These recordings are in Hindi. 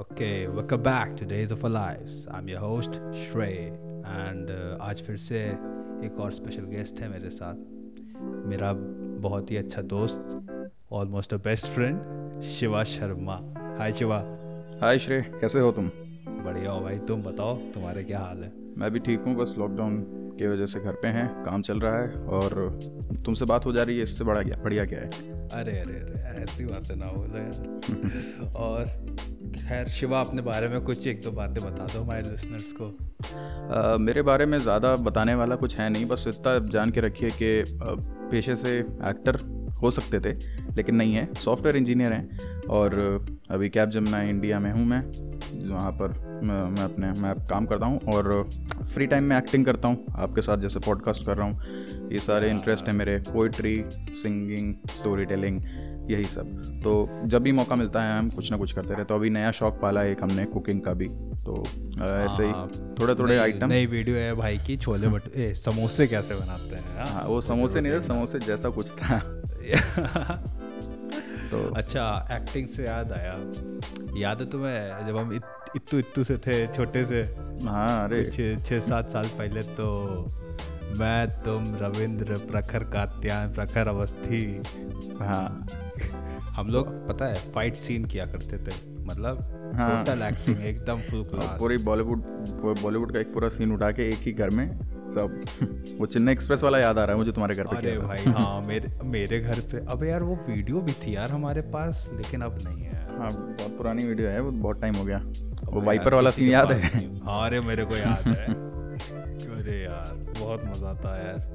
Okay welcome back to days of a life I am your host Shrey and uh, आज फिर से एक और स्पेशल गेस्ट है मेरे साथ मेरा बहुत ही अच्छा दोस्त almost a best friend Shiva Sharma hi Shiva hi Shrey कैसे हो तुम बढ़िया हो भाई तुम बताओ तुम्हारे क्या हाल है मैं भी ठीक हूँ बस लॉकडाउन की वजह से घर पे हैं काम चल रहा है और तुमसे बात हो जा रही है इससे बड़ा क्या बढ़िया क्या है अरे अरे अरे ऐसी बातें ना हो यार और खैर शिवा अपने बारे में कुछ एक दो बातें बता दो हमारे लिसनर्स को अ, मेरे बारे में ज़्यादा बताने वाला कुछ है नहीं बस इतना जान के रखिए कि अ, पेशे से एक्टर हो सकते थे लेकिन नहीं है सॉफ्टवेयर इंजीनियर हैं और अ, अभी कैब जमना इंडिया में हूँ मैं वहाँ पर मैं मैं अपने मैं काम करता हूँ और फ्री टाइम में एक्टिंग करता हूँ आपके साथ जैसे पॉडकास्ट कर रहा हूँ ये सारे इंटरेस्ट हैं मेरे पोइट्री सिंगिंग स्टोरी टेलिंग यही सब तो जब भी मौका मिलता है हम कुछ ना कुछ करते रहते तो अभी नया शौक पाला है एक हमने कुकिंग का भी तो अ, ऐसे ही हाँ, थोड़े थोड़े नई- आइटम नई वीडियो है भाई की छोले भटूरे समोसे कैसे बनाते हैं हाँ? हाँ वो समोसे नहीं थे समोसे जैसा कुछ था हाँ। तो अच्छा एक्टिंग से याद आया याद है तुम्हें जब हम इत- इत्तू इत्तू से थे छोटे से हाँ अरे छः छः सात साल पहले तो मैं तुम रविंद्र प्रखर कात्यायन प्रखर अवस्थी हाँ हम लोग पता है फाइट सीन किया करते थे मतलब हाँ। टोटल एक्टिंग एकदम फुल क्लास पूरी बॉलीवुड बॉलीवुड का एक पूरा सीन उठा के एक ही घर में सब वो चेन्नई एक्सप्रेस वाला याद आ रहा है मुझे तुम्हारे घर पे अरे किया था। भाई हाँ मेरे मेरे घर पे अबे यार वो वीडियो भी थी यार हमारे पास लेकिन अब नहीं है हाँ बहुत पुरानी वीडियो है वो बहुत टाइम हो गया वो अबे वाइपर यार, वाला किसी सीन के याद पास है नहीं। हाँ अरे मेरे को याद है अरे यार बहुत मजा आता है यार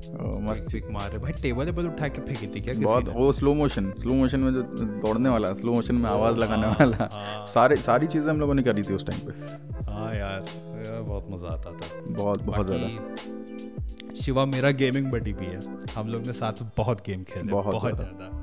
ओ, मस्त मस्ती मारे भाई टेबल टेबल उठा के फेंकी थी क्या किसी बहुत ने? वो स्लो मोशन स्लो मोशन में जो दौड़ने वाला स्लो मोशन में आवाज लगाने वाला सारे सारी चीजें हम लोगों ने करी थी उस टाइम पे हाँ यार यार, बहुत मजा आता था बहुत बहुत ज्यादा कि शिवा मेरा गेमिंग बडी भी है हम लोग ने साथ में बहुत गेम खेले बहुत बहुत ज्यादा। ज्यादा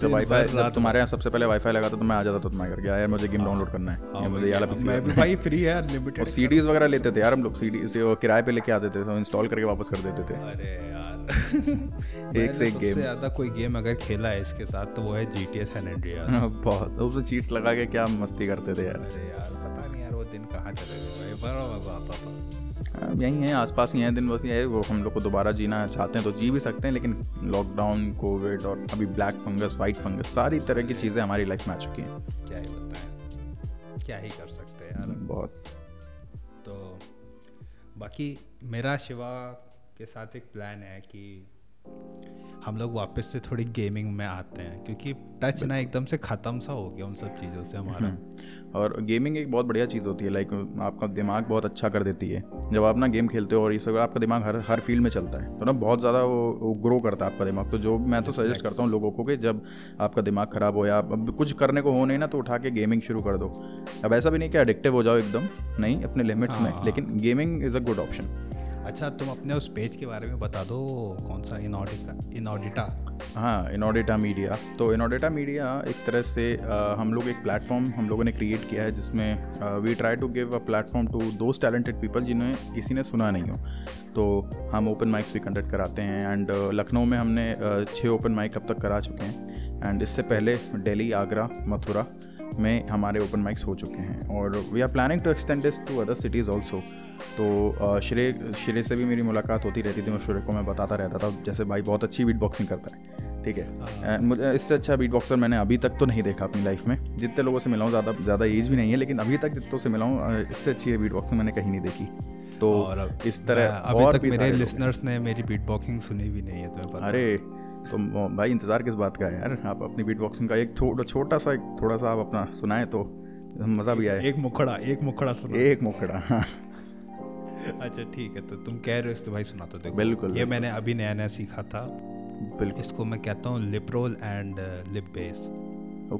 तो दिन वाईफाई भर जब रात- तुम्हारे यहाँ सबसे पहले वाईफाई लगा था तो मैं आ जाता तो मैं करके यार मुझे गेम डाउनलोड करना हाँ, है या मुझे ये वाला पीसी मैं भी भाई फ्री है अनलिमिटेड और सीडीज वगैरह लेते थे यार हम लोग सीडी से वो किराए पे लेके आते थे तो इंस्टॉल करके वापस कर देते थे अरे यार एक से मैंने एक सबसे गेम। ज्यादा कोई गेम अगर खेला है इसके साथ तो वो है जी टी एस एन हाँ। बहुत तो उसमें चीट्स लगा के क्या मस्ती करते थे यार अरे यार पता नहीं यार वो दिन कहाँ चले गए भाई बड़ा मजा आता था हाँ, यही है आसपास ही है दिन बस ये है, वो हम लोग को दोबारा जीना चाहते हैं तो जी भी सकते हैं लेकिन लॉकडाउन कोविड और अभी ब्लैक फंगस वाइट फंगस सारी तरह की चीज़ें हमारी लाइफ में आ चुकी हैं क्या ही बताएं क्या ही कर सकते हैं यार बहुत तो बाकी मेरा शिवा के साथ एक प्लान है कि हम लोग वापस से थोड़ी गेमिंग में आते हैं क्योंकि टच ना एकदम से ख़त्म सा हो गया उन सब चीज़ों से हमारा हम्म। और गेमिंग एक बहुत बढ़िया चीज़ होती है लाइक आपका दिमाग बहुत अच्छा कर देती है जब आप ना गेम खेलते हो और ये सब आपका दिमाग हर हर फील्ड में चलता है तो ना बहुत ज़्यादा वो, वो ग्रो करता है आपका दिमाग तो जो मैं तो सजेस्ट करता हूँ लोगों को कि जब आपका दिमाग ख़राब हो या आप अब कुछ करने को हो नहीं ना तो उठा के गेमिंग शुरू कर दो अब ऐसा भी नहीं कि एडिक्टिव हो जाओ एकदम नहीं अपने लिमिट्स में लेकिन gaming is a good option अच्छा तुम अपने उस पेज के बारे में बता दो कौन सा इनऑडिटा इनऑडिटा हाँ इनोडेटा मीडिया तो इनोडेटा मीडिया एक तरह से अ, हम लोग एक प्लेटफॉर्म हम लोगों ने क्रिएट किया है जिसमें we try to give a platform to those talented people जिन्हें किसी ने सुना नहीं हो तो हम ओपन माइक्स भी कंडक्ट कराते हैं एंड लखनऊ में हमने अ, छः ओपन माइक अब तक करा चुके हैं एंड इससे पहले दिल्ली आगरा मथुरा में हमारे ओपन माइक्स हो चुके हैं और we are planning to extend this to other cities also तो अ, श्रेय श्रेय से भी मेरी मुलाकात होती रहती थी मैं श्रेय को मैं बताता रहता था जैसे भाई बहुत अच्छी बीट बॉक्सिंग करता है ठीक हाँ। है And मुझे इससे अच्छा बीट बॉक्सर मैंने अभी तक तो नहीं देखा अपनी लाइफ में जितने लोगों से मिला हूँ ज़्यादा ज़्यादा एज भी नहीं है लेकिन अभी तक जितनों से मिला हूँ अ, इससे अच्छी है बीट बॉक्सिंग मैंने कहीं नहीं देखी तो और अब- इस तरह अभी और तक भी मेरे सारे लोग- लिसनर्स ने मेरी बीट बॉक्सिंग सुनी भी नहीं है तुम्हें पता अरे तो म- भाई इंतज़ार किस बात का है यार आप अपनी बीट बॉक्सिंग का एक थोड़ा छोटा सा एक थोड़ा सा आप अपना सुनाएं तो मज़ा भी आए एक मुखड़ा एक मुखड़ा सुना एक मोकड़ा हाँ अच्छा ठीक है तो तुम कह रहे हो इसलिए भाई सुना तो देखो बिल्कुल ये मैंने अभी नया नया सीखा था बिल्कुल इसको मैं कहता हूँ lip roll and lip base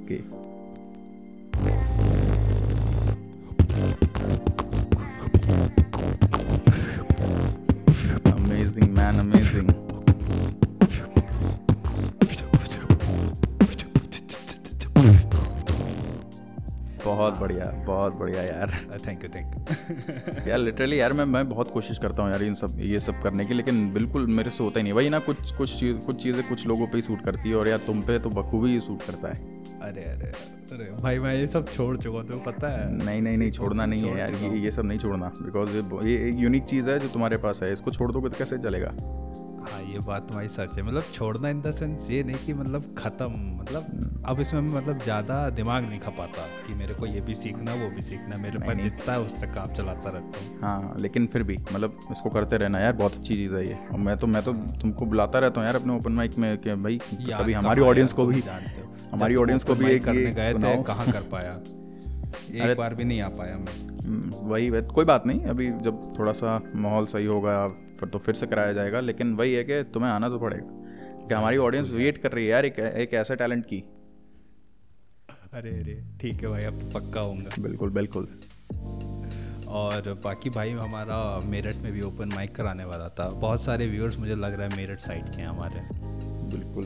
okay amazing man amazing बहुत बढ़िया बहुत बढ़िया यार थैंक यू थैंक यू यार लिटरली यार मैं मैं बहुत कोशिश करता हूँ यार इन सब ये सब करने की लेकिन बिल्कुल मेरे से होता ही नहीं वही ना कुछ कुछ चीज़ कुछ चीज़ें कुछ लोगों पे ही सूट करती है और यार तुम पे तो बखूबी ही सूट करता है अरे अरे अरे भाई मैं ये सब छोड़ चुका हूँ तुम्हें पता है नहीं नहीं नहीं छोड़ना नहीं है यार ये ये सब नहीं छोड़ना बिकॉज ये ये एक यूनिक चीज़ है जो तुम्हारे पास है इसको छोड़ दोगे तो कैसे चलेगा हाँ ये बात तुम्हारी सच है मतलब छोड़ना इन द सेंस ये नहीं कि मतलब ख़त्म मतलब अब इसमें मैं मतलब ज़्यादा दिमाग नहीं खपाता कि मेरे को ये भी सीखना वो भी सीखना मेरे नहीं, पास नहीं। जितना है उससे काम चलाता रहता हूँ हाँ लेकिन फिर भी मतलब इसको करते रहना यार बहुत अच्छी चीज़ है ये और मैं तो मैं तो तुमको बुलाता रहता हूँ यार अपने ओपन माइक में कि भाई याद तो कभी हमारी कहाँ है ऑडियंस यार, को तुम भी जानते हो हमारी जब audience को open भी mic एक ये करने गए थे सुनाओ। कहाँ कर पाया एक बार भी नहीं आ पाया मैं हम्म, वही वह कोई बात नहीं अभी जब थोड़ा सा माहौल सही होगा फिर तो फिर से कराया जाएगा लेकिन वही है कि तुम्हें आना तो पड़ेगा कि हमारी ऑडियंस वेट कर रही है यार एक एक ऐसे टैलेंट की अरे अरे ठीक है भाई अब तो पक्का होऊंगा बिल्कुल बिल्कुल और बाकी भाई हमारा मेरठ में भी ओपन माइक कराने वाला था बहुत सारे व्यूअर्स मुझे लग रहा है मेरठ साइड के हैं हमारे बिल्कुल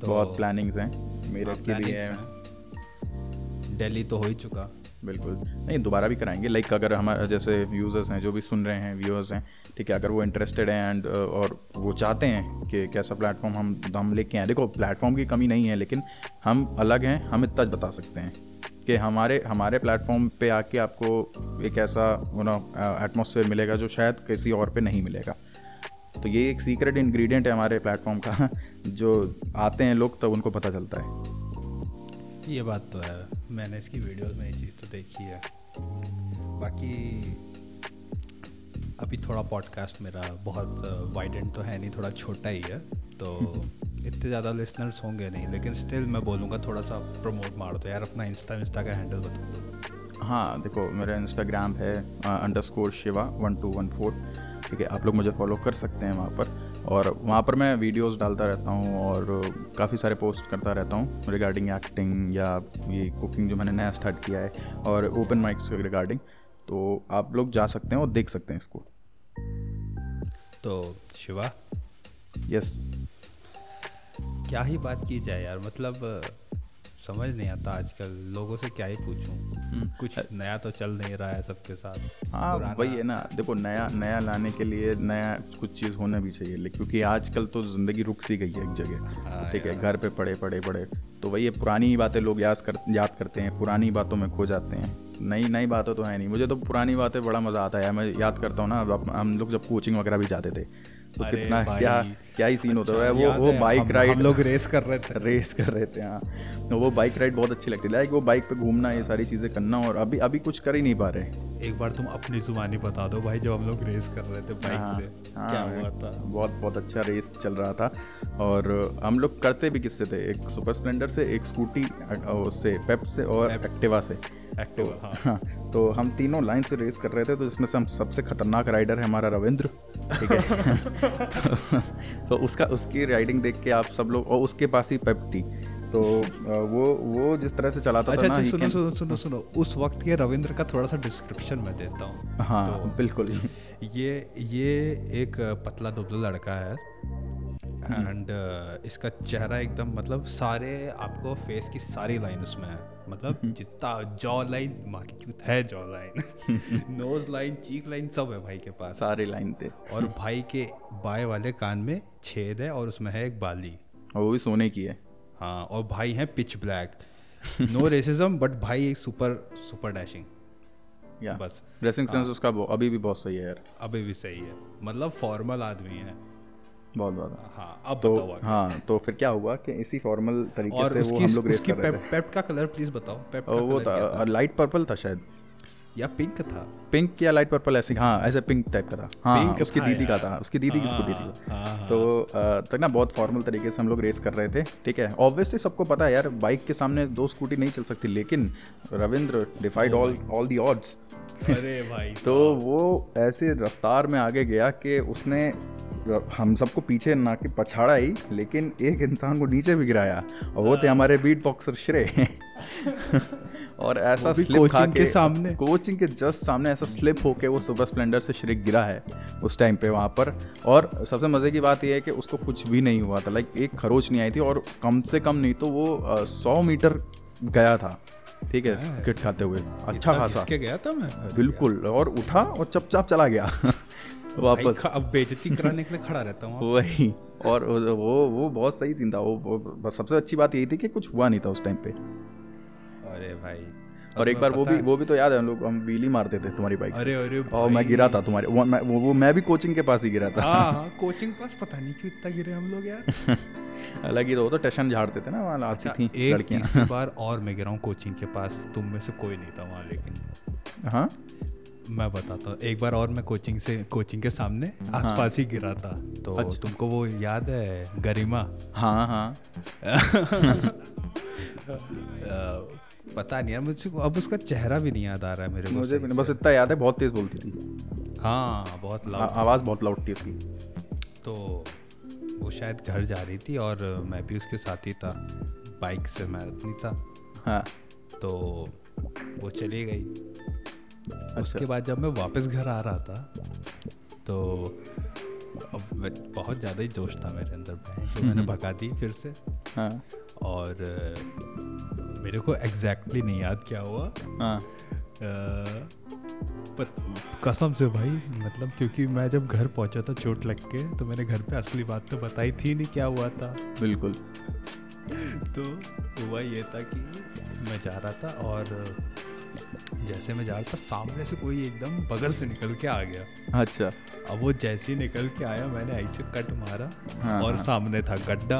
तो- बहुत प्लानिंग्स हैं मेरे हाँ, की भी plannings है हैं। दिल्ली तो हो ही चुका बिल्कुल नहीं दोबारा भी कराएंगे लाइक अगर हमारे जैसे यूज़र्स हैं जो भी सुन रहे हैं व्यूअर्स हैं ठीक है अगर वो इंटरेस्टेड हैं एंड और वो चाहते हैं कि कैसा प्लेटफॉर्म हम हम लेके आए देखो प्लेटफॉर्म की कमी नहीं है लेकिन हम अलग हैं हम इतना बता सकते हैं कि हमारे हमारे प्लेटफॉर्म पे आके आपको एक ऐसा यू नो एटमोसफेयर मिलेगा जो शायद किसी और पे नहीं मिलेगा तो ये एक सीक्रेट इंग्रेडिएंट है हमारे प्लेटफॉर्म का जो आते हैं लोग तब उनको पता चलता है ये बात तो है मैंने इसकी वीडियोस में ये चीज़ तो देखी है बाकी अभी थोड़ा पॉडकास्ट मेरा बहुत वाइडेंट तो है नहीं थोड़ा छोटा ही है तो इतने ज़्यादा लिसनर्स होंगे नहीं लेकिन स्टिल मैं बोलूँगा थोड़ा सा प्रमोट मार दो यार अपना इंस्टा इंस्टा का हैंडल बता दो हाँ देखो मेरा इंस्टाग्राम है underscore Shiva one two one four ठीक है आप लोग मुझे फॉलो कर सकते हैं वहाँ पर और वहाँ पर मैं वीडियोस डालता रहता हूँ और काफ़ी सारे पोस्ट करता रहता हूँ रिगार्डिंग एक्टिंग या ये कुकिंग जो मैंने नया स्टार्ट किया है और ओपन माइक्स के रिगार्डिंग तो आप लोग जा सकते हैं और देख सकते हैं इसको तो शिवा यस क्या ही बात की जाए यार मतलब अ, समझ नहीं आता आजकल लोगों से क्या ही पूछूं कुछ नया तो चल नहीं रहा है सबके साथ हम्म। हाँ पुराना- वही है ना देखो नया नया लाने के लिए नया कुछ चीज़ होना भी चाहिए ले- क्योंकि आजकल तो ज़िंदगी रुक सी गई है एक जगह हाँ ठीक है घर पे पड़े पड़े पड़े तो वही है पुरानी ही बातें लोग याद कर याद करते हैं पुरानी बातों में खो जाते हैं नई नई बातें तो है नहीं मुझे तो पुरानी बातें बड़ा मज़ा आता है मैं याद करता हूँ ना अब हम लोग जब कोचिंग वगैरह भी जाते थे तो अरे कितना भाई। क्या क्या ही सीन होता है तो वो अच्छा, याद वो है, बाइक हम- राइड हम लोग रेस कर रहे थे रेस कर रहे थे हाँ तो वो बाइक राइड बहुत अच्छी लगती थी लाइक वो बाइक पे घूमना ये सारी चीज़ें करना और अभी अभी कुछ कर ही नहीं पा रहे एक बार तुम अपनी जुबानी बता दो भाई जब हम लोग रेस कर रहे थे बाइक से हाँ, क्या हाँ, हुआ था बहुत बहुत अच्छा रेस चल रहा था और हम लोग करते भी किससे थे एक सुपर स्प्लेंडर से एक स्कूटी अ, उससे पेप से और एक्टिवा से एक्टिवा हाँ हाँ तो हम तीनों लाइन से रेस कर रहे थे तो इसमें से हम सबसे खतरनाक राइडर है हमारा रविंद्र ठीक है तो, तो उसका उसकी राइडिंग देख के आप सब लोग और उसके पास ही पेप थी तो अ, वो वो जिस तरह से चलाता अच्छा था ना अच्छा he सुनो can- सुनो सुनो सुनो उस वक्त के रविंद्र का थोड़ा सा डिस्क्रिप्शन मैं देता हूँ तो हाँ बिल्कुल ये ये एक पतला दुबला लड़का है हम्म। एंड इसका चेहरा एकदम मतलब सारे आपको फेस की सारी लाइन उसमें है मतलब हम्म। जितना जॉ लाइन माँ की चूत है jaw line nose line cheek line सब है भाई के पास सारे लाइन थे और भाई के बाएं वाले कान में छेद है और उसमें है एक बाली और वो भी सोने की है हाँ और भाई है pitch black no racism but भाई एक सुपर सुपर डैशिंग या बस। हाँ। ड्रेसिंग सेंस उसका वो- अभी भी बहुत सही है यार अभी भी सही है मतलब फॉर्मल आदमी है बहुत ज़्यादा हाँ अब तो बताओ आगे। हाँ तो फिर क्या हुआ कि इसी फॉर्मल तरीके और से वो हम लोग उसकी रेस उसकी कर रहे थे पेप, पेप का कलर प्लीज बताओ पेप और का वो तो- कलर क्या था लाइट पर्पल था शायद था? या पिंक था पिंक या लाइट पर्पल ऐसे हाँ ऐसे पिंक टाइप का था हाँ Pink उसकी था दीदी का यार। था उसकी दीदी की स्कूटी हाँ, थी हाँ, तो अ, तक ना बहुत फॉर्मल तरीके से हम लोग रेस कर रहे थे ठीक है ऑब्वियसली सबको पता है यार बाइक के सामने दो स्कूटी नहीं चल सकती लेकिन Ravindra defied all all the odds अरे भाई तो वो ऐसे रफ्तार में आगे गया कि उसने र- हम सबको पीछे ना कि पछाड़ा ही लेकिन एक इंसान को नीचे भी गिराया और वो हाँ। थे हमारे बीट बॉक्सर श्रेय और ऐसा वो भी स्लिप खा कोचिंग के के सामने। कोचिंग के जस्ट सामने ऐसा स्लिप होके वो सुपर स्प्लेंडर से श्रेय गिरा है उस टाइम पे वहाँ पर और सबसे मज़े की बात यह है कि उसको कुछ भी नहीं हुआ था लाइक एक खरोच नहीं आई थी और कम से कम नहीं तो वो सौ मीटर गया था ठीक है स्किट खाते हुए अच्छा हाँ। इतना खासा घिसके गया था मैं अरे बिल्कुल और उठा और चपचाप चला गया भाई, वापस खा- अब बेइज्जती कराने के लिए खड़ा रहता हूँ वही और वो वो- वो बहुत सही सीन था वो- वो बस सबसे अच्छी बात यही थी कि कुछ हुआ नहीं था उस टाइम पे अरे भाई और एक बार वो भी वो भी तो याद है हम लोग हम wheelie मारते थे तुम्हारी बाइक अरे अरे और मैं गिरा था तुम्हारे वो मैं, वो, वो मैं भी कोचिंग के पास ही गिरा था हाँ हाँ कोचिंग पास पता नहीं क्यों इतना गिरे हम लोग यार हालांकि तो वो तो टशन झाड़ते थे ना वहाँ आती थी अच्छा, एक लड़कियाँ तीसरी बार और मैं गिरा हूँ कोचिंग के पास तुम में से कोई नहीं था वहाँ लेकिन हाँ मैं बताता हूँ एक बार और मैं कोचिंग से कोचिंग के सामने हाँ। आसपास ही गिरा था तो अच्छा। तुमको वो याद है गरिमा हाँ हाँ अ, पता नहीं यार मुझे अब उसका चेहरा भी नहीं याद आ रहा है मेरे को मुझे भी सही नहीं- बस इतना याद है बहुत तेज बोलती थी से। हाँ बहुत आ- लाउड आवाज़ बहुत लाउड थी उसकी तो वो शायद घर जा रही थी और मैं भी उसके साथ ही था बाइक से मैं नहीं था हाँ तो वो चली गई उसके बाद जब मैं वापस घर आ रहा था तो अब मैं- बहुत ज़्यादा ही जोश था मेरे अंदर भैंस जो मैंने भगा दी फिर से हाँ और अ, मेरे को एग्जैक्टली नहीं याद क्या हुआ हाँ अ, पर कसम से भाई मतलब क्योंकि मैं जब घर पहुंचा था चोट लग के तो मैंने घर पे असली बात तो बताई थी नहीं क्या हुआ था बिल्कुल तो हुआ ये था कि मैं जा रहा था और जैसे मैं जा रहा था सामने से कोई एकदम बगल से निकल के आ गया अच्छा अब वो जैसे ही निकल के आया मैंने ऐसे कट मारा हाँ, और सामने था गड्ढा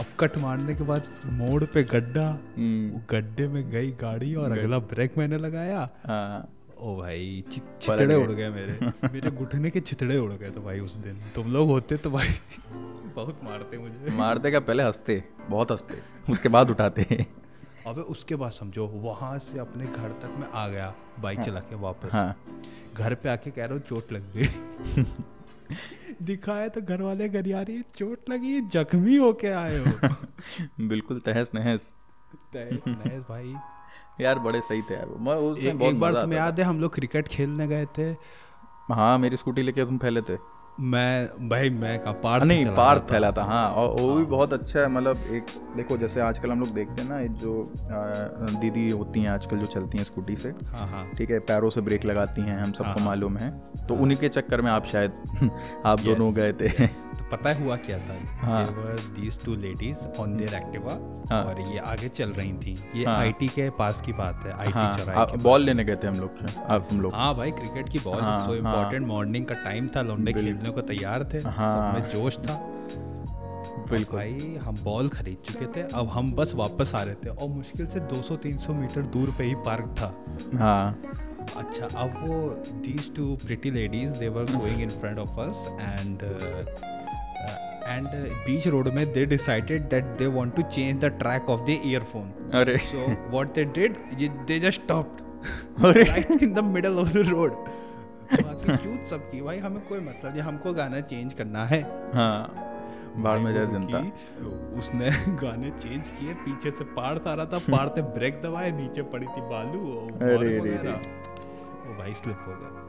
अब कट मारने के बाद मोड़ पे गड्ढा हम्म, वो गड्ढे में गई गाड़ी और अगला ब्रेक मैंने लगाया हाँ ओ भाई चि- छितड़े उड़ गए मेरे मेरे घुटने के छितड़े उड़ गए तो भाई उस दिन तुम लोग होते तो भाई बहुत मारते मुझे मारते का पहले हंसते बहुत हंसते उसके बाद उठाते अबे उसके बाद समझो वहां से अपने घर तक मैं आ गया बाइक चला के वापस हाँ घर पे आके कह रहा हूँ चोट लग गई दिखाया तो घर वाले घर यार ये चोट लगी है जख्मी होके आए हो बिल्कुल तहस नहस तहस नहस भाई यार बड़े सही थे यार वो। मैं उस ए, दिन बहुत एक बार मजा तुम्हें याद है हम लोग क्रिकेट खेलने गए थे आता- हाँ मेरी स्कूटी लेके तुम फैले थे मैं भाई मैं का पार्ट नहीं पार्थ फैला था हाँ और वो भी बहुत अच्छा है मतलब एक देखो जैसे आजकल हम लोग देखते हैं ना ये जो आ, दीदी होती हैं आजकल जो चलती हैं स्कूटी से हाँ हाँ ठीक है पैरों से ब्रेक लगाती हैं हम सबको मालूम है तो उन्हीं के चक्कर में आप शायद आप दोनों गए थे तो पता है हुआ क्या था हाँ। These two ladies on their Activa हाँ। और ये आगे चल रही थी ये हाँ। आईटी के पास की बात है हाँ आईटी चौराहे आप के बॉल लेने गए थे हम लोग आप हम लोग हाँ भाई क्रिकेट की बॉल हाँ, सो हाँ। इम्पोर्टेंट मॉर्निंग का टाइम था लौंडे खेलने को तैयार थे हाँ। सब में जोश था बिल्कुल भाई हम बॉल खरीद चुके थे अब हम बस वापस आ रहे थे और मुश्किल से 200-300 मीटर दूर पे ही पार्क था हाँ अच्छा अब वो these two pretty ladies they were going in front of us and and बीच रोड uh, में they decided that they want to change the track of the earphone अरे so what they did they just stopped अरे right in the middle of the road चूत सबकी भाई हमें कोई मतलब नहीं हमको गाना चेंज करना है हाँ बाढ़ में भाई, जय वो जनता रुकी, उसने गाने चेंज किए पीछे से पार्थ आ रहा था पार्थ ने ब्रेक दबाया नीचे पड़ी थी बालू और अरे बॉल रे वगैरह। रे। वो भाई स्लिप हो गया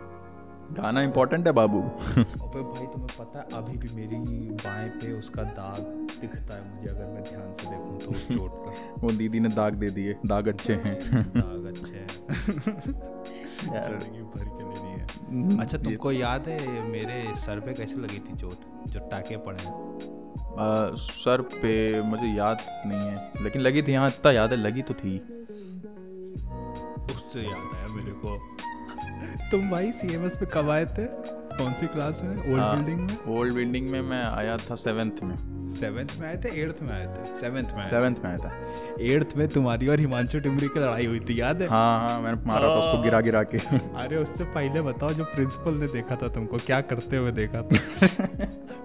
गाना इम्पोर्टेंट है बाबू अबे भाई तुम्हें पता है अभी भी मेरी बाएं पे उसका दाग दिखता है मुझे अगर मैं ध्यान से देखूं तो उस चोट का वो दीदी ने दाग दे दिए दाग अच्छे हैं दाग हाँ, अच्छे हैं यार जिंदगी भर के लिए नहीं है अच्छा तुमको याद है मेरे सर पे कैसे लगी थी चोट जो टाके पड़े हैं आ, सर पे मुझे याद नहीं है लेकिन लगी थी यहाँ इतना याद है लगी तो थी उससे याद आया मेरे को तुम भाई सीएमएस पे कब आए थे कौन सी क्लास में ओल्ड बिल्डिंग में ओल्ड बिल्डिंग में मैं आया था सेवेंथ में सेवेंथ में आए थे एट्थ में आए थे सेवेंथ में आए सेवेंथ में आया था थे एट्थ में तुम्हारी और हिमांशु टिमरी की लड़ाई हुई थी याद है हाँ हाँ मैंने मारा था उसको गिरा गिरा के अरे उससे पहले बताओ जो प्रिंसिपल ने देखा था तुमको क्या करते हुए देखा था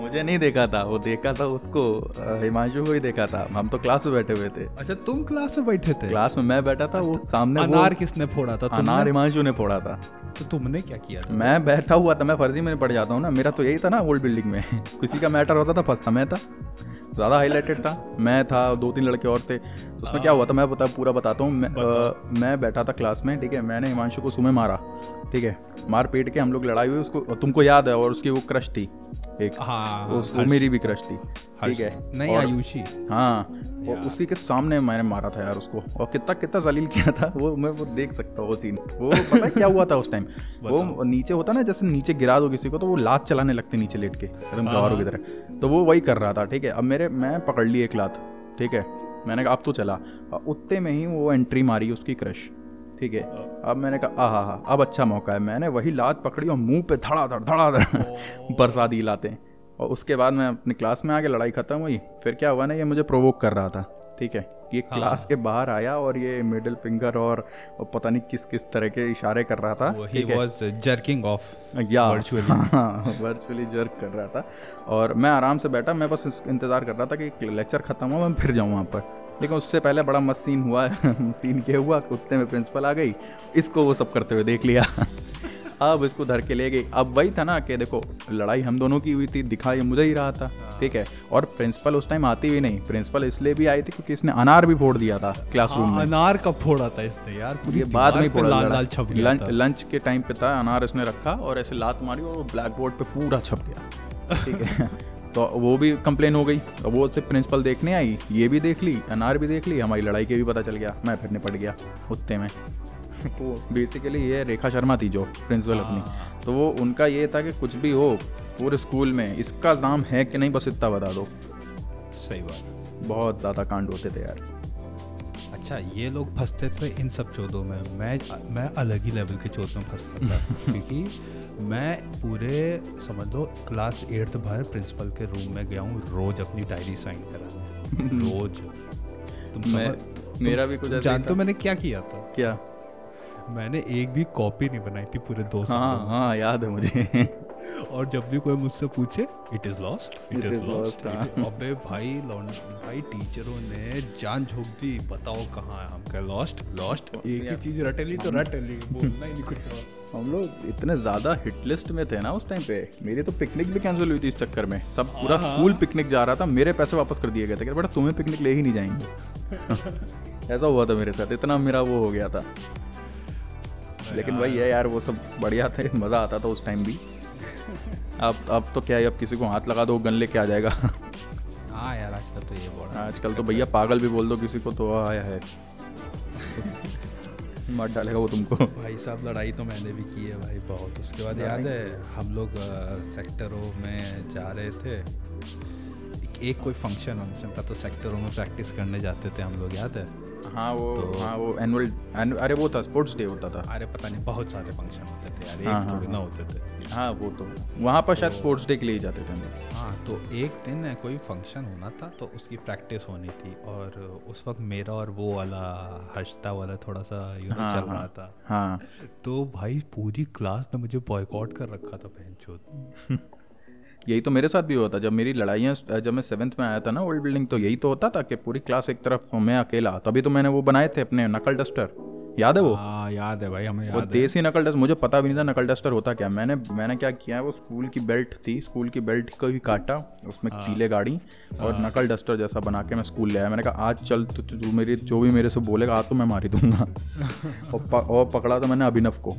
मुझे नहीं देखा था वो देखा था उसको आ, हिमांशु को ही देखा था हम तो क्लास में बैठे हुए थे अच्छा तुम क्लास में बैठे थे क्लास में मैं बैठा था वो सामने वो अनार किसने फोड़ा था तुमने अनार हिमांशु ने फोड़ा था तो तुमने क्या किया था मैं बैठा हुआ था मैं फर्जी में पड़ जाता हूँ ना मेरा तो यही था ना ओल्ड बिल्डिंग में किसी का मैटर होता था फंसता मैं था ज़्यादा हाईलाइटेड था मैं था दो तीन लड़के और थे तो उसमें हाँ। क्या हुआ था मैं बता पूरा बताता हूँ मैं, अ, मैं बैठा था क्लास में ठीक है मैंने हिमांशु को सुबह मारा ठीक है मार पीट के हम लोग लड़ाई हुई उसको तुमको याद है और उसकी वो क्रश थी एक हाँ, उस, वो मेरी भी क्रश थी ठीक है नहीं और- आयुषी हाँ और उसी के सामने मैंने मारा था यार उसको और कितना कितना जलील किया था वो मैं वो देख सकता हूँ वो सीन वो पता है क्या हुआ था उस टाइम वो नीचे होता ना जैसे नीचे गिरा दो किसी को तो वो लात चलाने लगते नीचे लेट के एकदम गौरव की तरह तो वो वही कर रहा था ठीक है अब मेरे मैं पकड़ ली एक लात ठीक है मैंने कहा अब तो चला और उतने में ही वो एंट्री मारी उसकी क्रश ठीक है अब मैंने कहा आहा हा अब अच्छा मौका है मैंने वही लात पकड़ी और मुंह पे धड़ाधड़ धड़ाधड़ बरसा दी लातें और उसके बाद मैं अपने क्लास में आके लड़ाई खत्म हुई फिर क्या हुआ ना ये मुझे प्रोवोक कर रहा था ठीक है ये क्लास के बाहर आया और ये मिडिल फिंगर और और पता नहीं किस किस तरह के इशारे कर रहा था ही ठीक है? वाज जर्किंग ऑफ या virtually. हाँ वर्चुअली जर्क कर रहा था और मैं आराम से बैठा मैं बस इस- इंतज़ार कर रहा था कि लेक्चर ख़त्म हुआ मैं फिर जाऊँ वहाँ पर लेकिन उससे पहले बड़ा मस्त सीन हुआ सीन ये हुआ कुत्ते में प्रिंसिपल आ गई इसको वो सब करते हुए देख लिया अब इसको धर के ले गई अब वही था ना कि देखो लड़ाई हम दोनों की हुई थी दिखा ये मुझे ही रहा था ठीक है और प्रिंसिपल उस टाइम आती भी नहीं प्रिंसिपल इसलिए भी आई थी क्योंकि इसने अनार भी फोड़ दिया था क्लासरूम में अनार का फोड़ा था इसने यार पूरी ये बाद दीवार में पे पड़ा लाल लड़ा। लाल छप गया लं- था लंच के टाइम पे था अनार इसने रखा और ऐसे लात मारी और वो ब्लैक बोर्ड पे पूरा छप गया ठीक है तो वो भी कंप्लेन हो गई और वो सिर्फ प्रिंसिपल देखने आई ये भी देख ली अनार भी देख ली हमारी लड़ाई के भी पता चल गया मैं फिर निपट गया उत्ते में वो बेसिकली ये रेखा शर्मा थी जो प्रिंसिपल हाँ। अपनी तो वो उनका ये था कि कुछ भी हो पूरे स्कूल में इसका नाम है कि नहीं बस इतना बता दो सही बात बहुत ज़्यादा कांड होते थे यार अच्छा ये लोग फंसते थे इन सब चोदों में मैं मैं अलग ही लेवल के चोद में फंसता था क्योंकि मैं पूरे समझ लो क्लास एट्थ भर प्रिंसिपल के रूम में गया हूँ रोज अपनी डायरी साइन कराने रोज तुम मैं- समझ तुम- मेरा भी कुछ तुम ऐसा ही जानते हो मैंने क्या किया था क्या मैंने एक भी कॉपी नहीं बनाई थी पूरे दो साल हाँ हाँ याद है मुझे और जब भी कोई मुझसे पूछे it is lost It it is is lost, lost हाँ। अबे भाई लौंड- भाई टीचरों ने जान झोंक दी बताओ कहाँ है हम क्या लॉस्ट लॉस्ट एक ही चीज रट ली तो रट ली बोलना ही नहीं कुछ और। हम लोग इतने ज़्यादा हिट लिस्ट में थे ना उस टाइम पे मेरी तो पिकनिक भी कैंसिल हुई थी इस चक्कर में सब पूरा स्कूल पिकनिक जा रहा था मेरे पैसे वापस कर दिए गए थे कि बेटा तुम्हें पिकनिक ले ही नहीं जाएंगे ऐसा हुआ था मेरे साथ इतना मेरा वो हो गया था लेकिन भाई है यार वो सब बढ़िया थे मज़ा आता था उस टाइम भी अब अब तो क्या है अब किसी को हाथ लगा दो गन लेके आ जाएगा हाँ यार आजकल तो ये बोला आजकल तो भैया पागल भी बोल दो किसी को तो आया है मार डालेगा वो तुमको भाई साहब लड़ाई तो मैंने भी की है भाई बहुत उसके बाद याद है हम लोग अ, सेक्टरों में जा रहे थे एक- एक कोई फंक्शन वंक्शन था तो सेक्टरों में प्रैक्टिस करने जाते थे हम लोग याद है हाँ वो हाँ वो एनुअल अरे वो था स्पोर्ट्स डे होता था अरे पता नहीं बहुत सारे फंक्शन होते थे यार हाँ, एक थोड़ी ना होते थे हाँ वो तो वहाँ पर शायद स्पोर्ट्स डे के लिए ही जाते थे हम लोग। हाँ तो एक दिन है, कोई फंक्शन होना था तो उसकी प्रैक्टिस होनी थी और उस वक्त मेरा और वो वाला हर्षता वाला थोड़ा सा यू नो चल रहा था हाँ तो भाई पूरी क्लास ने मुझे बॉयकॉट कर रखा था बहन यही तो मेरे साथ भी होता जब मेरी लड़ाइयाँ जब मैं सेवन्थ में आया था ना ओल्ड बिल्डिंग तो यही तो होता था कि पूरी क्लास एक तरफ मैं अकेला तभी तो मैंने वो बनाए थे अपने नकल डस्टर याद है वो हाँ याद है भाई हमें वो याद देसी नकल डस्ट मुझे पता भी नहीं था नकल डस्टर होता क्या मैंने मैंने क्या किया है वो स्कूल की बेल्ट थी स्कूल की बेल्ट को ही काटा उसमें हाँ। कीले गाड़ी और नकल डस्टर जैसा बना के मैं स्कूल ले आया मैंने कहा आज चल तो तू मेरी जो भी मेरे से बोलेगा आज तो मैं मारी दूंगा और, प, और पकड़ा तो मैंने अभिनव को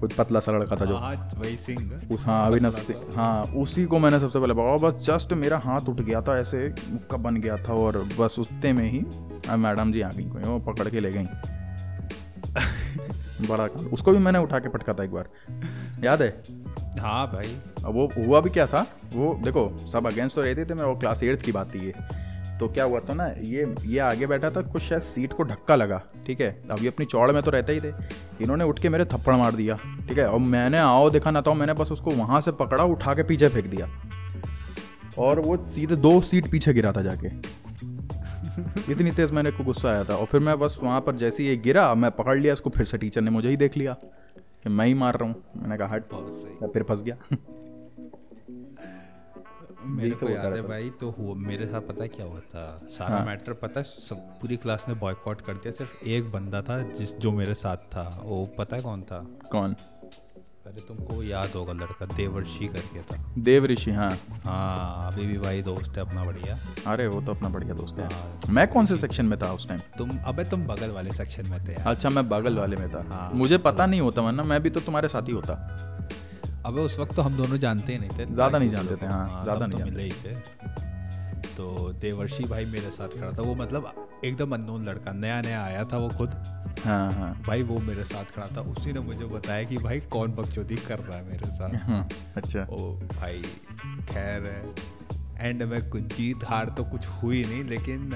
कुछ पतला सा लड़का था जो आज वही सिंह उस हाँ अभिनव से हाँ उसी को मैंने सबसे पहले पकड़ा बस जस्ट मेरा हाथ उठ गया था ऐसे मुक्का बन गया था और बस उतने में ही आ, मैडम जी आ गई कोई वो पकड़ के ले गई बड़ा उसको भी मैंने उठा के पटका था एक बार याद है हाँ भाई अब वो हुआ भी क्या था वो देखो सब अगेंस्ट तो रहते थे मेरा वो क्लास एट्थ की बात थी ये तो क्या हुआ था ना ये ये आगे बैठा था कुछ शायद सीट को धक्का लगा ठीक है अब ये अपनी चौड़ में तो रहते ही थे इन्होंने उठ के मेरे थप्पड़ मार दिया ठीक है और मैंने आओ देखा ना तो मैंने बस उसको वहाँ से पकड़ा उठा के पीछे फेंक दिया और वो सीधे दो सीट पीछे गिरा था जाके इतनी तेज मैंने को गुस्सा आया था और फिर मैं बस वहाँ पर जैसे ही ये गिरा मैं पकड़ लिया इसको फिर से टीचर ने मुझे ही देख लिया कि मैं ही मार रहा हूँ मैंने कहा हट बहुत सही मैं फिर फंस गया मेरे सब को होता याद है रहता भाई तो हुआ मेरे साथ पता है क्या हुआ था सारा मैटर पता है सब पूरी क्लास ने बॉयकॉट कर दिया सिर्फ एक बंदा था जिस जो मेरे साथ था वो पता है कौन था कौन अरे तुमको याद होगा लड़का देवर्षी करके था देव ऋषि हाँ हाँ अभी भी भाई दोस्त है अपना बढ़िया अरे वो तो अपना बढ़िया दोस्त है मैं कौन से सेक्शन में था उस टाइम तुम अबे तुम बगल वाले सेक्शन में थे यार अच्छा मैं बागल वाले में था मुझे पता नहीं होता वरना मैं भी तो तुम्हारे साथ ही होता अबे उस वक्त तो हम दोनों जानते ही नहीं थे ज़्यादा नहीं जानते थे, हाँ, ज़्यादा तब नहीं तो मिले ही थे तो देवर्षि भाई मेरे साथ खड़ा था वो मतलब एकदम अननोन लड़का नया नया आया था वो खुद हाँ हाँ भाई वो मेरे साथ खड़ा था उसी ने मुझे बताया कि भाई कौन बकचोदी कर रहा है मेरे साथ हाँ अच्छा ओ भाई खैर एंड में कुछ जीत हार तो कुछ हुई नहीं लेकिन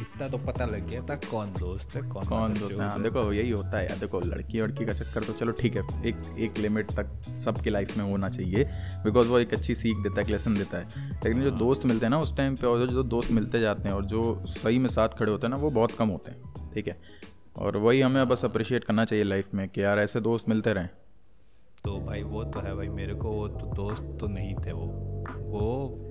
इतना तो पता लग गया था कौन दोस्त है कौन कौन मदरचोद दोस्त है? हाँ है। देखो यही होता है यार देखो लड़की वड़की का चक्कर तो चलो ठीक है एक एक लिमिट तक सबकी लाइफ में होना चाहिए बिकॉज वो एक अच्छी सीख देता है एक लेसन देता है लेकिन जो दोस्त मिलते हैं ना उस टाइम पे और जो दोस्त मिलते जाते हैं और जो सही में साथ खड़े होते हैं ना वो बहुत कम होते हैं ठीक है और वही हमें बस अप्रिशिएट करना चाहिए लाइफ में कि यार ऐसे दोस्त मिलते रहें तो भाई वो तो है भाई मेरे को वो तो दोस्त तो नहीं थे वो वो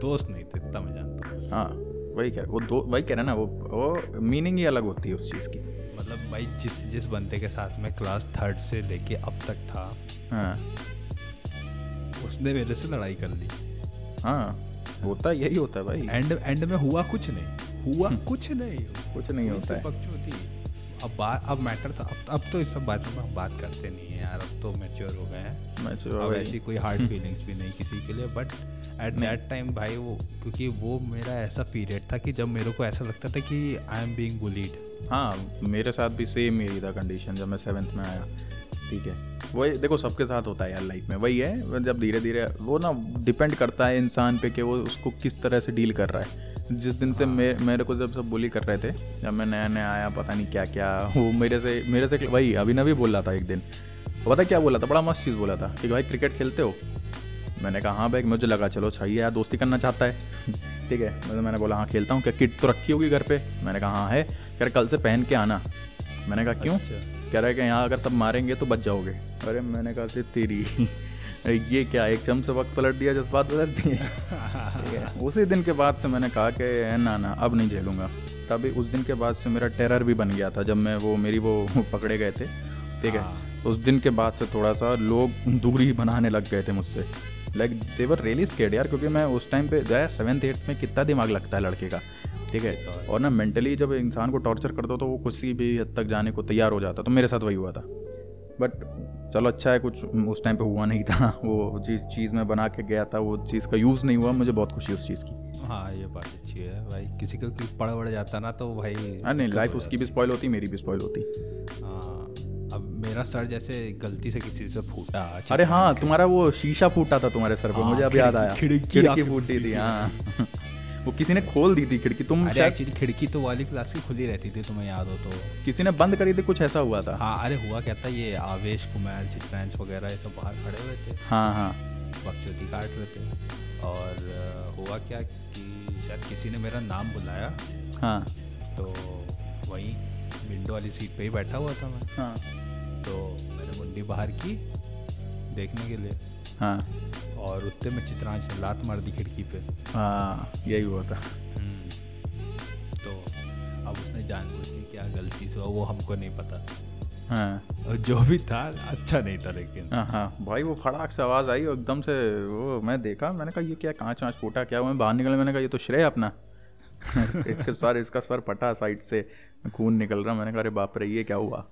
दोस्त नहीं थे इतना मैं जानता हूँ हाँ वही कह वो दो वही कह रहे हैं ना वो वो मीनिंग ही अलग होती है उस चीज़ की मतलब भाई जिस जिस बंदे के साथ मैं क्लास थर्ड से लेके अब तक था हाँ उसने मेरे से लड़ाई कर ली हाँ होता यही होता है भाई एंड एंड में हुआ कुछ नहीं हुआ कुछ नहीं हम्म। कुछ नहीं कोई होता है सिर्फ बकचोदी। अब बात अब मैटर तो अब अब तो इस सब बातों में हम बात करते नहीं है यार अब तो मेच्योर हो गए हैं मैं तो अब चलो ऐसी कोई हार्ड फीलिंग्स भी नहीं किसी के लिए बट एट दैट टाइम भाई वो क्योंकि वो मेरा ऐसा पीरियड था कि जब मेरे को ऐसा लगता था कि आई एम बीइंग बुलीड हाँ मेरे साथ भी सेम यही था कंडीशन जब मैं सेवन्थ में आया ठीक है वही देखो सबके साथ होता है यार लाइफ में वही है जब धीरे धीरे वो ना डिपेंड करता है इंसान पे कि वो उसको किस तरह से डील कर रहा है जिस दिन से मे मेरे को जब सब बुली कर रहे थे जब मैं नया नया आया पता नहीं क्या क्या वो मेरे से मेरे से वही अभिनव भी बोल रहा था एक दिन पता क्या बोला था बड़ा मस्त चीज़ बोला था कि भाई क्रिकेट खेलते हो मैंने कहा हाँ भाई मुझे लगा चलो अच्छा ही है यार दोस्ती करना चाहता है ठीक है मतलब मैंने बोला हाँ खेलता हूँ क्या किट तो रखी होगी घर पे मैंने कहा हाँ है कह रहे कल से पहन के आना मैंने कहा क्यों कह रहा है कि यहाँ अगर सब मारेंगे तो बच जाओगे अरे मैंने कहा "ते- तेरी अरे ये क्या एक चम से वक्त पलट दिया जज्बात बदल दिए ठीक है, उसी दिन के बाद से मैंने कहा कि ना ना अब नहीं झेलूंगा तभी उस दिन के बाद से मेरा टेरर भी बन गया था जब मैं वो मेरी वो पकड़े गए थे ठीक है हाँ। उस दिन के बाद से थोड़ा सा लोग दूरी बनाने लग गए थे मुझसे लाइक देवर रियली स्केड यार क्योंकि मैं उस टाइम पे यार सेवन्थ एट्थ में कितना दिमाग लगता है लड़के का ठीक है तो और ना मेंटली जब इंसान को टॉर्चर कर दो तो वो किसी भी हद तक जाने को तैयार हो जाता तो मेरे साथ वही हुआ था बट चलो अच्छा है कुछ उस टाइम पे हुआ नहीं था वो जिस चीज़ मैं बना के गया था वो चीज़ का यूज़ नहीं हुआ मुझे बहुत खुशी है उस चीज़ की हाँ ये बात अच्छी है भाई किसी को कोई पड़ वड़ जाता ना तो भाई हाँ नहीं दिक्कत लाइफ हो उसकी भी स्पॉयल होती मेरी भी स्पॉयल होती जाती। हाँ अब मेरा सर जैसे गलती से किसी से फूटा अच्छा, अरे हाँ तुम्हारा वो शीशा फूटा था तुम्हारे सर पे हाँ, मुझे अब याद खिड़की- आया खिड़की खिड़की आपकी फूटी फूटी थी थी। हाँ वो किसी ने खोल दी थी खिड़की तुम अरे शायद एक्चुअली खिड़की तो वाली क्लास की खुली रहती थी तुम्हें याद हो तो किसी ने बंद करी थी कुछ ऐसा हुआ था हाँ अरे हुआ क्या था ये आवेश कुमार चित्रांश वगैरह ये सब बाहर खड़े हुए थे हाँ हाँ बकचोदी काट रहे थे और अ, हुआ क्या कि शायद किसी ने मेरा नाम बुलाया हाँ तो वहीं विंडो वाली सीट पे ही बैठा हुआ था मैं हाँ तो मैंने मुंडी बाहर की देखने के लिए हाँ और उतने में चित्रांश ने लात मार दी खिड़की पे हाँ यही हुआ था तो अब उसने जानबूझ के क्या गलती से हुआ वो हमको नहीं पता हाँ और जो भी था अच्छा नहीं था लेकिन हाँ हाँ भाई वो फड़ाक से आवाज़ आई और एकदम से वो मैं देखा मैंने कहा ये क्या कांच वाँच फूटा क्या हुआ मैं बाहर निकला मैंने कहा ये तो श्रेय अपना इसके सर इसका सर पटा साइड से खून निकल रहा मैंने कहा अरे बाप रे ये क्या हुआ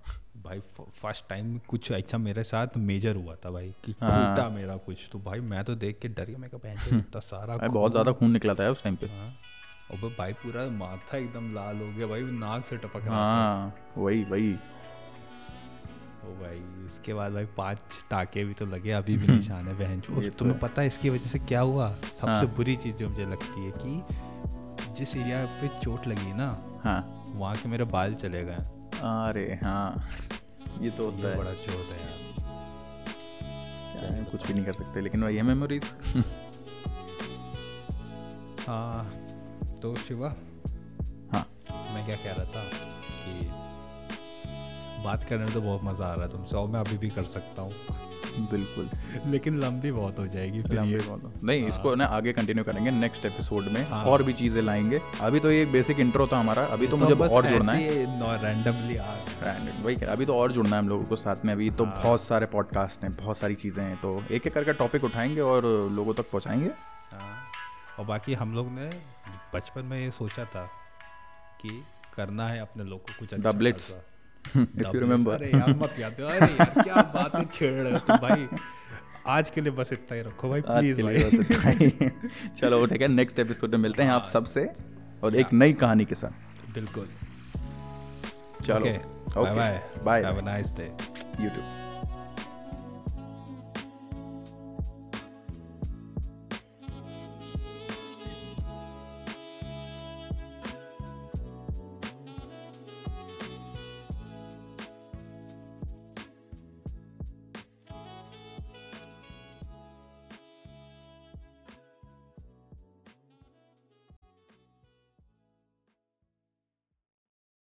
भाई फर्स्ट टाइम कुछ अच्छा मेरे साथ मेजर हुआ था भाई कि हाँ। हम्म। टूटा मेरा कुछ तो भाई मैं तो देख के डर गया मैं कहा बहन चोद, इतना सारा भाई बहुत ज़्यादा खून निकला था यार उस टाइम पे हाँ। और भाई- भाई पूरा माथा एकदम लाल हो गया भाई नाक से टपक रहा हाँ वही वही था ओ भाई उसके बाद भाई पांच टाके भी तो लगे अभी हम्म। भी निशान है बहन चोद। तुम्हें पता है इसकी वजह से क्या हुआ सबसे तो हाँ। बुरी चीज़ जो मुझे लगती है कि जिस एरिया पे चोट लगी ना हाँ वहाँ के मेरे बाल चले गए अरे हाँ ये तो ये होता है बड़ा चोट है यार यार, कुछ भी नहीं कर सकते लेकिन वही है मेमोरीज हाँ तो शिवा हाँ मैं क्या कह रहा था कि बात करने में तो बहुत मज़ा आ रहा है तुमसे और मैं अभी भी कर सकता हूँ बिल्कुल लेकिन लंबी बहुत हो जाएगी फिर ये लंबे बहुत हो- नहीं इसको ना आगे कंटिन्यू करेंगे नेक्स्ट एपिसोड में हाँ। और भी चीजें लाएंगे अभी तो ये बेसिक इंट्रो था हमारा अभी तो तो मुझे बस और जुड़ना है रैंडमली आ गए। Branded, वही कह रहा, अभी तो और जुड़ना है हम लोगों को साथ में अभी तो हाँ। बहुत सारे पॉडकास्ट हैं बहुत सारी चीज़ें हैं तो एक एक करके टॉपिक उठाएंगे और लोगों तक पहुंचाएंगे हाँ और बाकी हम लोग ने बचपन में ये सोचा था कि करना है अपने लोग को कुछ अच्छा Doublets. खासा। इफ यू Doublets, रिमेंबर अरे यार मत याद दिलाओ, अरे यार क्या बातें छेड़ रहे हो तुम भाई आज के लिए बस इतना ही रखो भाई आज प्लीज के लिए भाई बस इतना तो ही। चलो ठीक है नेक्स्ट एपिसोड में मिलते हैं आप सबसे और एक नई कहानी के साथ बिल्कुल चलो bye bye bye have a nice day YouTube